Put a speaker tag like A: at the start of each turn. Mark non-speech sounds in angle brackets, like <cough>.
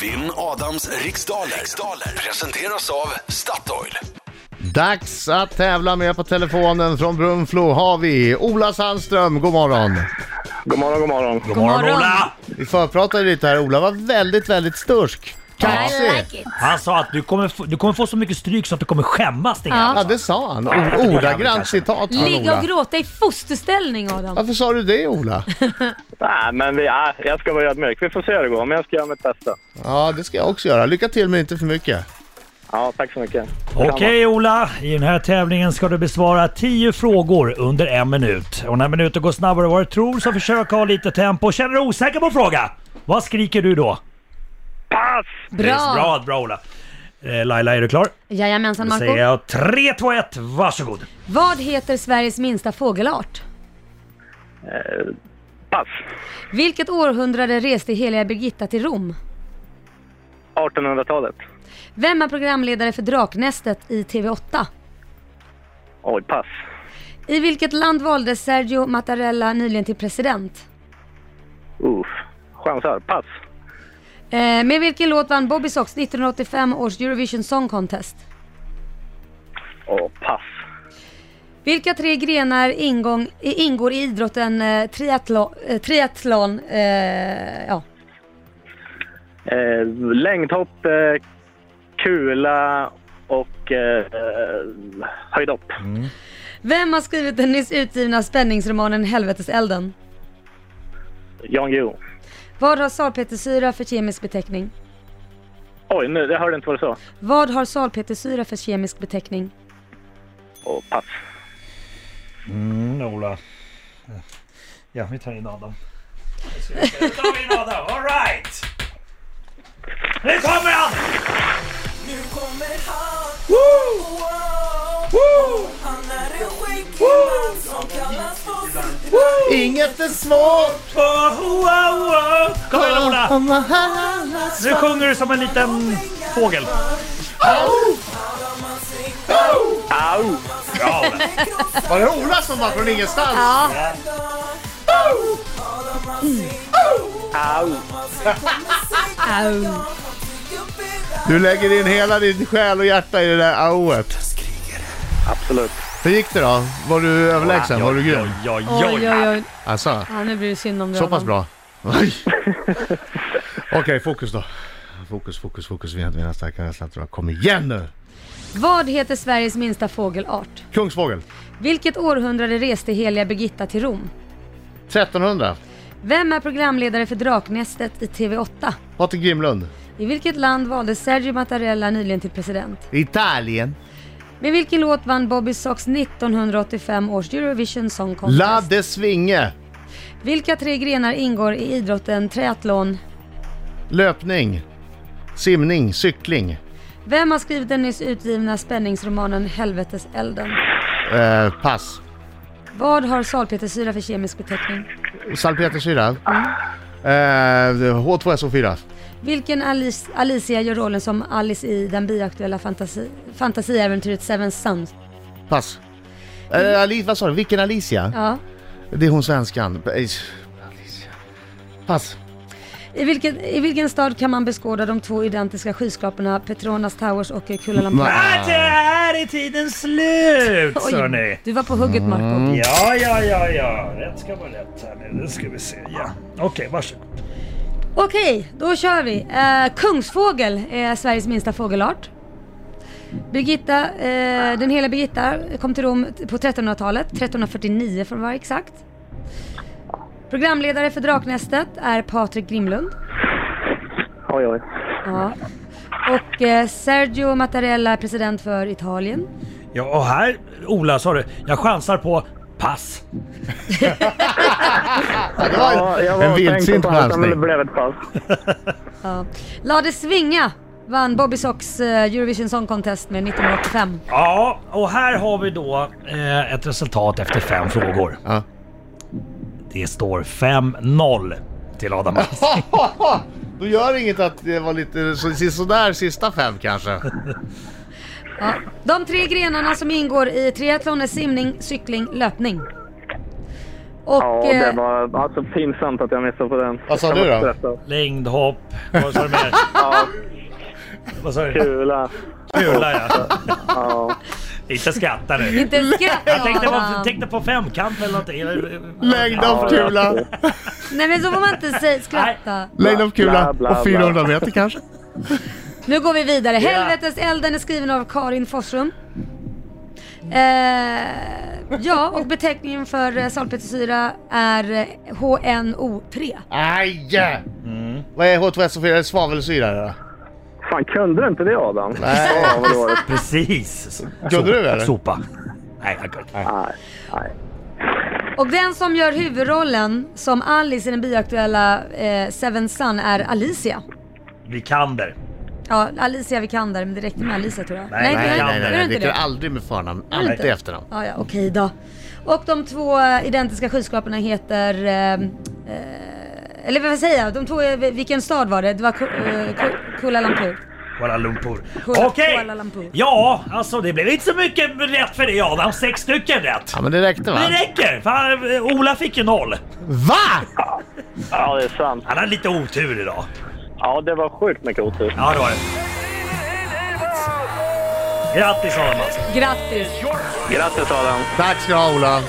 A: Vinn Adams riksdaler. riksdaler presenteras av Statoil.
B: Dags att tävla med på telefonen från Brunflo har vi Ola Sandström, god morgon.
C: God morgon, god morgon.
D: God morgon Ola!
B: Vi förpratade lite här, Ola var väldigt, väldigt stursk.
D: Kaxig.
B: Kaxig.
E: I like it.
D: Han sa att du kommer, få, du kommer få så mycket stryk så att du kommer skämmas Stig
E: Ja.
B: Ja, det sa han. O- Ordagrant citat från
E: Ligga
B: Ola.
E: och gråta i fosterställning Adam.
B: Varför sa du det Ola?
C: Nej, men vi, ja, jag ska vara ödmjuk. Vi får se hur det går, men jag ska göra mitt bästa.
B: Ja, det ska jag också göra. Lycka till men inte för mycket.
C: Ja, tack så mycket.
D: Okej Ola, i den här tävlingen ska du besvara 10 frågor under en minut. Och när minuten går snabbare än vad du tror så försök ha lite tempo. Känner du dig osäker på en fråga? Vad skriker du då?
C: Pass!
D: Det är så
E: Bra!
D: Bra, bra Ola. Eh, Laila, är du klar?
E: Jajamensan
D: Då säger
E: Marco.
D: jag 3, 2, 1, varsågod.
E: Vad heter Sveriges minsta fågelart?
C: Pass!
E: Vilket århundrade reste heliga Birgitta till Rom?
C: 1800-talet.
E: Vem är programledare för Draknästet i TV8?
C: Oj, pass.
E: I vilket land valdes Sergio Mattarella nyligen till president?
C: Uff. Chansar. Pass.
E: Eh, med vilken låt vann Bobby Sox 1985 års Eurovision Song Contest?
C: Åh, pass.
E: Vilka tre grenar ingång, i- ingår i idrotten eh, triathlon? Eh, triathlon eh, ja.
C: Eh, längdhopp, eh, kula och eh, höjdhopp.
E: Vem har skrivit den nyss utgivna spänningsromanen Helveteselden?
C: Jan Guillou.
E: Vad har salpetersyra för kemisk beteckning?
C: Oj, nu, jag hörde inte vad du sa.
E: Vad har salpetersyra för kemisk beteckning?
C: Åh, pass.
D: Mm, Ola. Ja, vi tar in Adam. Nu tar vi in Adam, alright! Nu kommer han!
F: Nu kommer han,
D: Woo!
F: wow,
D: Woo!
F: han är en skäggig man som kallas för Superman.
B: Inget är svårt.
D: Oh, oh, oh, oh. Kom igen Ola! Nu sjunger du som en liten fågel.
C: Au!
D: Bra Ola!
B: Var det Ola som var från ingenstans?
C: Au!
E: Au.
B: Du lägger in hela din själ och hjärta i det där auet.
C: Absolut.
B: Hur gick det då? Var du överlägsen? Var du grym?
D: Oj, oj,
E: Oj,
D: oj.
E: oj, oj.
B: Alltså,
E: Ja, nu blir det synd om dig
B: så pass
E: Adam.
B: bra? Oj. <laughs> Okej, fokus då. Fokus, fokus, fokus. Vi har inte mina starka nästan tror jag. Kom igen nu!
E: Vad heter Sveriges minsta fågelart?
B: Kungsfågel.
E: Vilket århundrade reste heliga Birgitta till Rom?
B: 1300.
E: Vem är programledare för Draknästet i TV8?
B: Patrik Grimlund.
E: I vilket land valdes Sergio Mattarella nyligen till president?
B: Italien.
E: Med vilken låt vann Bobby Sox 1985 års Eurovision Song Contest?
B: La de Svinge.
E: Vilka tre grenar ingår i idrotten triathlon?
B: Löpning. Simning. Cykling.
E: Vem har skrivit den nyss utgivna spänningsromanen Helveteselden?
B: Eh, pass.
E: Vad har salpetersyra för kemisk beteckning?
B: Salpetersyra. Eh, H2SO4.
E: Vilken Alice, Alicia gör rollen som Alice i den biaktuella fantasi, fantasiäventyret Seven Sons?
B: Pass. Eh, Ali, vad sa du? Vilken Alicia?
E: Ja.
B: Det är hon svenskan. Eh, Alicia. Pass.
E: I vilken, I vilken stad kan man beskåda de två identiska skyskraporna Petronas Towers och Kuala
B: Nej.
E: Lumpur?
D: Ah, där är tiden slut hörni!
E: du var på hugget Marco.
D: Ja, ja, ja, ja. Rätt ska vara rätt här nu. Nu ska vi se. Ja. Okej, varsågod.
E: Okej, då kör vi. Eh, kungsfågel är Sveriges minsta fågelart. Birgitta, eh, den hela Birgitta kom till Rom på 1300-talet, 1349 för att vara exakt. Programledare för Draknästet är Patrik Grimlund.
C: Oj, oj.
E: Ja. Och eh, Sergio Mattarella är president för Italien.
D: Ja, och här, Ola, sa du. Jag chansar på pass.
B: Det var
C: Ja, jag var
B: en
C: och tänkte
B: vildsint
C: på allt, men
B: chansning.
C: det blev ett pass.
E: Ja. Lade Svinga vann Bobby Sox eh, Eurovision Song Contest med 1985.
D: Ja, och här har vi då eh, ett resultat efter fem frågor.
B: Ja.
D: Det står 5-0 till Adam Alsing.
B: <laughs> Då gör det inget att det var lite så, sådär sista fem kanske.
E: Ja. De tre grenarna som ingår i triathlon är simning, cykling, löpning. Och,
C: Ja, det
E: eh,
C: var alltså pinsamt att jag missade på den.
B: Vad sa
C: Jag
B: du
C: var
B: då?
C: stressad.
D: Längdhopp. Vad sa du mer?
C: Ja,
D: Vad sa du?
C: kula.
D: Kula ja.
C: Ja.
D: Inte skratta nu.
E: Inte skratta.
D: Jag tänkte på,
E: Adam.
D: tänkte på femkamp eller någonting. Eller- eh,
B: Längdhoppkula!
E: Nej men så får man inte säga, skratta.
B: Längdhoppkula
C: Bla, bla,
B: och 400 meter kanske?
E: Nu går vi vidare.
D: Ja.
E: Helvetes elden är skriven av Karin Forsrum. Eh, ja, och beteckningen för eh, salpetersyra är eh, HNO3.
B: Aj! Mm. Vad är H2SO4? Svavelsyra det då?
C: Fan, kunde du inte det Adam?
B: Nej.
C: Ja, vad dåligt.
D: Precis.
B: Kunde du eller?
D: Sopa. Nej, jag kunde inte.
C: Nej, nej.
E: Och den som gör huvudrollen som Alice i den bioaktuella eh, Seven Sun är Alicia.
D: Vikander.
E: Ja, Alicia Vikander, men det räckte med Alicia tror jag.
D: Nej,
E: det
B: Nej,
E: gör-
B: nej, nej,
E: gör
B: nej.
E: inte
B: Det kan aldrig med förnamn.
E: Gör
B: Alltid
E: inte?
B: efternamn.
E: Ja, ja, okej då. Och de två eh, identiska skyskraporna heter... Eh, eh, eller vad säger jag? De två, eh, vilken stad var det? Det var Ku- eh, Ku- Kuala Lumpur.
D: Kuala Lumpur.
E: Kuala-
D: Okej!
E: Kuala Lumpur.
D: Ja, alltså det blev inte så mycket rätt för dig Adam. Sex stycken rätt.
B: Ja men det räckte va?
D: Det räcker! Fan, Ola fick ju noll.
B: VA?
C: Ja, det är sant.
D: Han hade lite otur idag.
C: Ja, det var sjukt mycket otur.
D: Ja, det var det. Grattis Adam alltså.
E: Grattis!
C: Grattis Adam!
B: Tack ska du ha Ola!